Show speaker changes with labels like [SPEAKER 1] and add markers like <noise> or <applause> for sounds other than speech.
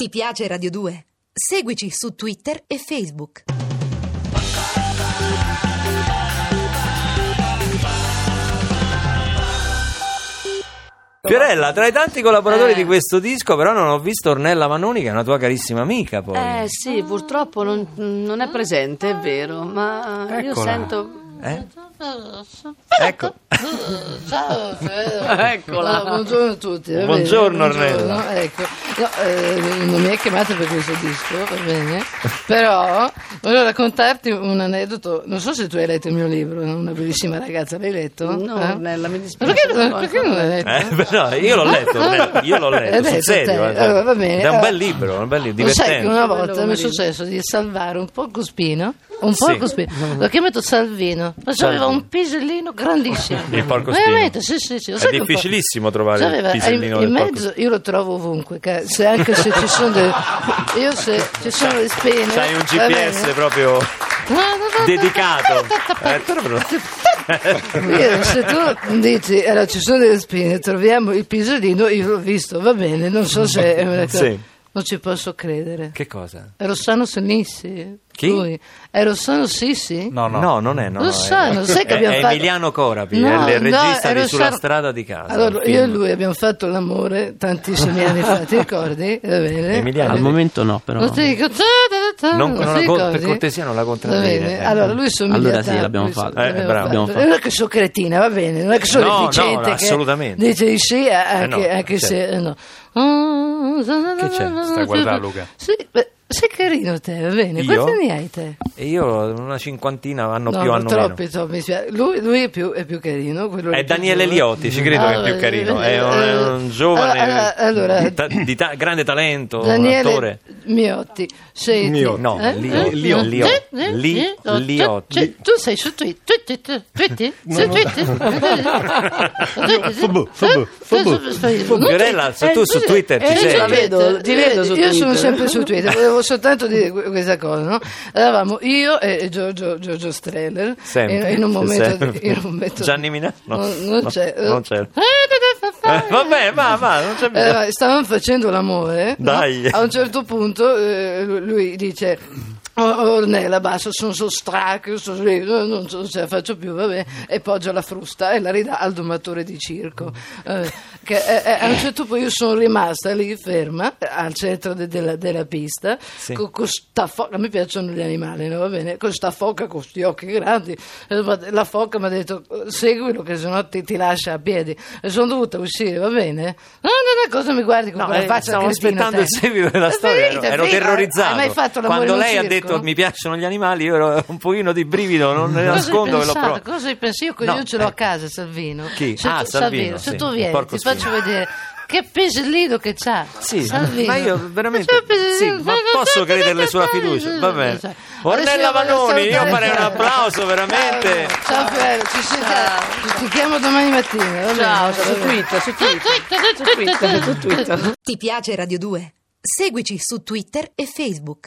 [SPEAKER 1] Ti piace Radio 2? Seguici su Twitter e Facebook.
[SPEAKER 2] Fiorella, tra i tanti collaboratori
[SPEAKER 3] Eh.
[SPEAKER 2] di questo disco, però non ho visto Ornella Manoni, che è una tua carissima amica. Poi.
[SPEAKER 4] Eh sì, purtroppo non, non è presente, è vero, ma io
[SPEAKER 2] Eccola.
[SPEAKER 3] <laughs>
[SPEAKER 4] sento...
[SPEAKER 2] Eh? Ecco.
[SPEAKER 3] Ciao, Fede.
[SPEAKER 4] Eccola.
[SPEAKER 3] Allora, buongiorno a tutti. va bene?
[SPEAKER 2] Buongiorno,
[SPEAKER 3] Buongiorno,
[SPEAKER 2] Ornella.
[SPEAKER 3] Eh, ecco. No, eh, non mi hai chiamato per questo disco, va bene? Però voglio raccontarti un aneddoto. Non so se tu hai letto il mio libro, Una bellissima ragazza, l'hai letto?
[SPEAKER 4] No,
[SPEAKER 3] Eh?
[SPEAKER 4] Ornella, mi
[SPEAKER 3] Ma
[SPEAKER 4] dispiace.
[SPEAKER 3] Perché, perché non l'hai letto?
[SPEAKER 2] Eh, beh, no, io l'ho letto, Ornella, io l'ho
[SPEAKER 3] Eh,
[SPEAKER 2] letto,
[SPEAKER 3] beh,
[SPEAKER 2] sul serio.
[SPEAKER 3] te-
[SPEAKER 2] eh,
[SPEAKER 3] allora, va bene,
[SPEAKER 2] Ed È un
[SPEAKER 3] allora.
[SPEAKER 2] bel libro, un bel libro,
[SPEAKER 3] Lo sai che
[SPEAKER 2] Eh, divertente.
[SPEAKER 3] una
[SPEAKER 4] Bello,
[SPEAKER 3] volta mi è
[SPEAKER 4] Marino.
[SPEAKER 3] successo di salvare un porcospino, un
[SPEAKER 2] Sì.
[SPEAKER 3] porcospino, l'ho chiamato Salvino, ma so, aveva un pisellino grandissimo.
[SPEAKER 2] Il porcospino.
[SPEAKER 3] Veramente, sì, sì, sì. lo
[SPEAKER 2] È
[SPEAKER 3] sai che un po-
[SPEAKER 2] difficilissimo trovare il
[SPEAKER 3] Sapeva,
[SPEAKER 2] pisellino
[SPEAKER 3] in-
[SPEAKER 2] del
[SPEAKER 3] Cioè, in mezzo,
[SPEAKER 2] porcospino.
[SPEAKER 3] io lo trovo ovunque, ca- se anche se ci sono delle, io se ci sono le spine.
[SPEAKER 2] C'hai un
[SPEAKER 3] va bene.
[SPEAKER 2] GPS proprio dedicato. Eh, proprio-
[SPEAKER 3] Io, se tu dici allora ci sono delle spine, troviamo il pisellino, io l'ho visto, va bene, non so se è una cosa.
[SPEAKER 2] Sì.
[SPEAKER 3] Non ci posso credere.
[SPEAKER 2] Che cosa?
[SPEAKER 3] È Rossano Sinissi?
[SPEAKER 2] Chi?
[SPEAKER 3] Lui. È Rossano Sissi?
[SPEAKER 5] No, no.
[SPEAKER 2] non è. No, no,
[SPEAKER 3] Rossano,
[SPEAKER 2] è,
[SPEAKER 3] sai che
[SPEAKER 2] è-
[SPEAKER 3] abbiamo
[SPEAKER 2] è
[SPEAKER 3] fatto-
[SPEAKER 2] Emiliano Corapi,
[SPEAKER 3] No,
[SPEAKER 2] è il
[SPEAKER 3] no,
[SPEAKER 2] regista
[SPEAKER 3] è
[SPEAKER 2] di Sulla
[SPEAKER 3] Rossano-
[SPEAKER 2] strada di casa.
[SPEAKER 3] Allora,
[SPEAKER 2] il
[SPEAKER 3] io e
[SPEAKER 2] film.
[SPEAKER 3] lui abbiamo fatto l'amore tantissimi anni fa, ti ricordi? Va bene?
[SPEAKER 2] Emiliano.
[SPEAKER 5] Al momento no, però.
[SPEAKER 3] Non ti dico-
[SPEAKER 2] Non-
[SPEAKER 3] non
[SPEAKER 2] non
[SPEAKER 3] ti
[SPEAKER 2] la-
[SPEAKER 3] ricordi?
[SPEAKER 2] per cortesia non la contraddire,
[SPEAKER 3] Va bene,
[SPEAKER 2] ecco.
[SPEAKER 3] Allora, lui somiglia
[SPEAKER 5] Allora sì,
[SPEAKER 3] tanto,
[SPEAKER 5] l'abbiamo
[SPEAKER 3] lui
[SPEAKER 5] fatto.
[SPEAKER 3] somiglia-
[SPEAKER 2] Eh,
[SPEAKER 3] l'abbiamo
[SPEAKER 2] bravo.
[SPEAKER 3] fatto.
[SPEAKER 5] L'abbiamo
[SPEAKER 3] Non è che sono cretina, va bene, non è che sono
[SPEAKER 2] No, no,
[SPEAKER 3] deficiente. che
[SPEAKER 2] assolutamente. Eh,
[SPEAKER 3] Dice di sì, eh, anche,
[SPEAKER 2] no,
[SPEAKER 3] anche
[SPEAKER 2] certo.
[SPEAKER 3] se... eh, No.
[SPEAKER 2] Che c'è?
[SPEAKER 5] Sta a guardare Luca.
[SPEAKER 3] Sì, beh, sei carino te, va bene.
[SPEAKER 2] Io?
[SPEAKER 3] Quanti anni hai te?
[SPEAKER 2] E io una cinquantina, anno
[SPEAKER 3] No,
[SPEAKER 2] più, anno meno.
[SPEAKER 3] troppi, troppi, mi spiace. lui, lui è, più, è più carino. quello
[SPEAKER 2] È
[SPEAKER 3] più
[SPEAKER 2] Daniele
[SPEAKER 3] giovane.
[SPEAKER 2] Liotti, ci credo che è più
[SPEAKER 3] Ah,
[SPEAKER 2] carino.
[SPEAKER 3] eh,
[SPEAKER 2] È un, è un giovane
[SPEAKER 3] Allora, eh, allora,
[SPEAKER 2] ta- di ta- grande talento, un
[SPEAKER 3] Daniele
[SPEAKER 2] attore.
[SPEAKER 3] Miotti, sei
[SPEAKER 6] Miotti.
[SPEAKER 2] No,
[SPEAKER 3] Eh?
[SPEAKER 2] Lio-
[SPEAKER 3] Eh?
[SPEAKER 2] Lio-
[SPEAKER 3] Eh?
[SPEAKER 2] Lio-
[SPEAKER 3] Eh? Eh?
[SPEAKER 2] Li-
[SPEAKER 3] Eh? No,
[SPEAKER 2] Liotti.
[SPEAKER 3] tu- tu sei su Twitter, Twitter, Twitter, Eh, su Twitter.
[SPEAKER 6] Fubu, fubu,
[SPEAKER 3] eh,
[SPEAKER 6] fubu.
[SPEAKER 2] Fiorella, se tu su Twitter ci
[SPEAKER 4] eh,
[SPEAKER 2] sei.
[SPEAKER 4] già vedo, ti vedo su
[SPEAKER 3] Io sono
[SPEAKER 4] Twitter.
[SPEAKER 3] sempre su Twitter, volevo soltanto
[SPEAKER 2] <laughs>
[SPEAKER 3] dire que- questa cosa, no? Eravamo io e e Giorgio, Giorgio Streller
[SPEAKER 2] Sempre,
[SPEAKER 3] in, in un momento,
[SPEAKER 2] sempre.
[SPEAKER 3] di- in un momento-
[SPEAKER 2] Gianni Minà? No,
[SPEAKER 3] non, non
[SPEAKER 2] no,
[SPEAKER 3] c'è.
[SPEAKER 2] non c'è. Eh, vabbè, ma, ma, non c'è bisogno.
[SPEAKER 3] Eh, stavano facendo l'amore. no?
[SPEAKER 2] Dai.
[SPEAKER 3] A un certo punto eh, lui- lui dice. "Oh, Ornella, basso, sono so stracco, sono lì, no, non so- non ce la faccio più, vabbè, e poggia la frusta e la ridà al domatore di circo. Eh, che, eh, eh, a un certo punto io sono rimasta lì ferma eh, al centro de- della, della pista,
[SPEAKER 2] Sì.
[SPEAKER 3] con, con sta foca, mi piacciono gli animali, no? va bene, con sta foca con questi occhi grandi, Eh, ma la foca mi ha detto seguilo che sennò ti, ti lascia a piedi e sono dovuta uscire, va bene? No, no, no, cosa mi guardi con
[SPEAKER 2] No,
[SPEAKER 3] quella
[SPEAKER 2] eh,
[SPEAKER 3] faccia
[SPEAKER 2] stavo
[SPEAKER 3] cretina
[SPEAKER 2] aspettando
[SPEAKER 3] te?
[SPEAKER 2] il seguito della
[SPEAKER 3] Eh,
[SPEAKER 2] storia, ero,
[SPEAKER 3] finita,
[SPEAKER 2] ero
[SPEAKER 3] finita.
[SPEAKER 2] terrorizzato.
[SPEAKER 3] Hai mai fatto l'amore
[SPEAKER 2] Quando
[SPEAKER 3] in un
[SPEAKER 2] lei ha
[SPEAKER 3] circo?
[SPEAKER 2] detto mi piacciono gli animali, io ero un pochino di brivido, non ne
[SPEAKER 3] Cosa hai
[SPEAKER 2] nascondo che l'ho
[SPEAKER 3] pensato?
[SPEAKER 2] provato.
[SPEAKER 3] Cosa hai pensato? Io,
[SPEAKER 2] No,
[SPEAKER 3] io ce l'ho
[SPEAKER 2] eh.
[SPEAKER 3] a casa, Salvino.
[SPEAKER 2] Chi?
[SPEAKER 3] Se
[SPEAKER 2] Ah,
[SPEAKER 3] tu,
[SPEAKER 2] Salvino,
[SPEAKER 3] se
[SPEAKER 2] sì,
[SPEAKER 3] tu
[SPEAKER 2] il
[SPEAKER 3] vieni,
[SPEAKER 2] porco
[SPEAKER 3] ti faccio vedere che pesellino che c'ha.
[SPEAKER 2] Sì,
[SPEAKER 3] Salvino.
[SPEAKER 2] ma io veramente-
[SPEAKER 3] C'è un pesellino.
[SPEAKER 2] sì, ma posso crederle sulla fiducia? Va bene.
[SPEAKER 3] Adesso
[SPEAKER 2] Ornella
[SPEAKER 3] io voglio
[SPEAKER 2] Vanoni, io
[SPEAKER 3] salutare-
[SPEAKER 2] farei un applauso, veramente.
[SPEAKER 3] Ciao, ciao Piero, ci sentiamo. Ci sentiamo domani mattina. va
[SPEAKER 4] Ciao,
[SPEAKER 3] bene?
[SPEAKER 4] su Twitter, su Twitter, su Twitter, su Twitter.
[SPEAKER 1] Ti piace Radio 2? Seguici su Twitter e Facebook.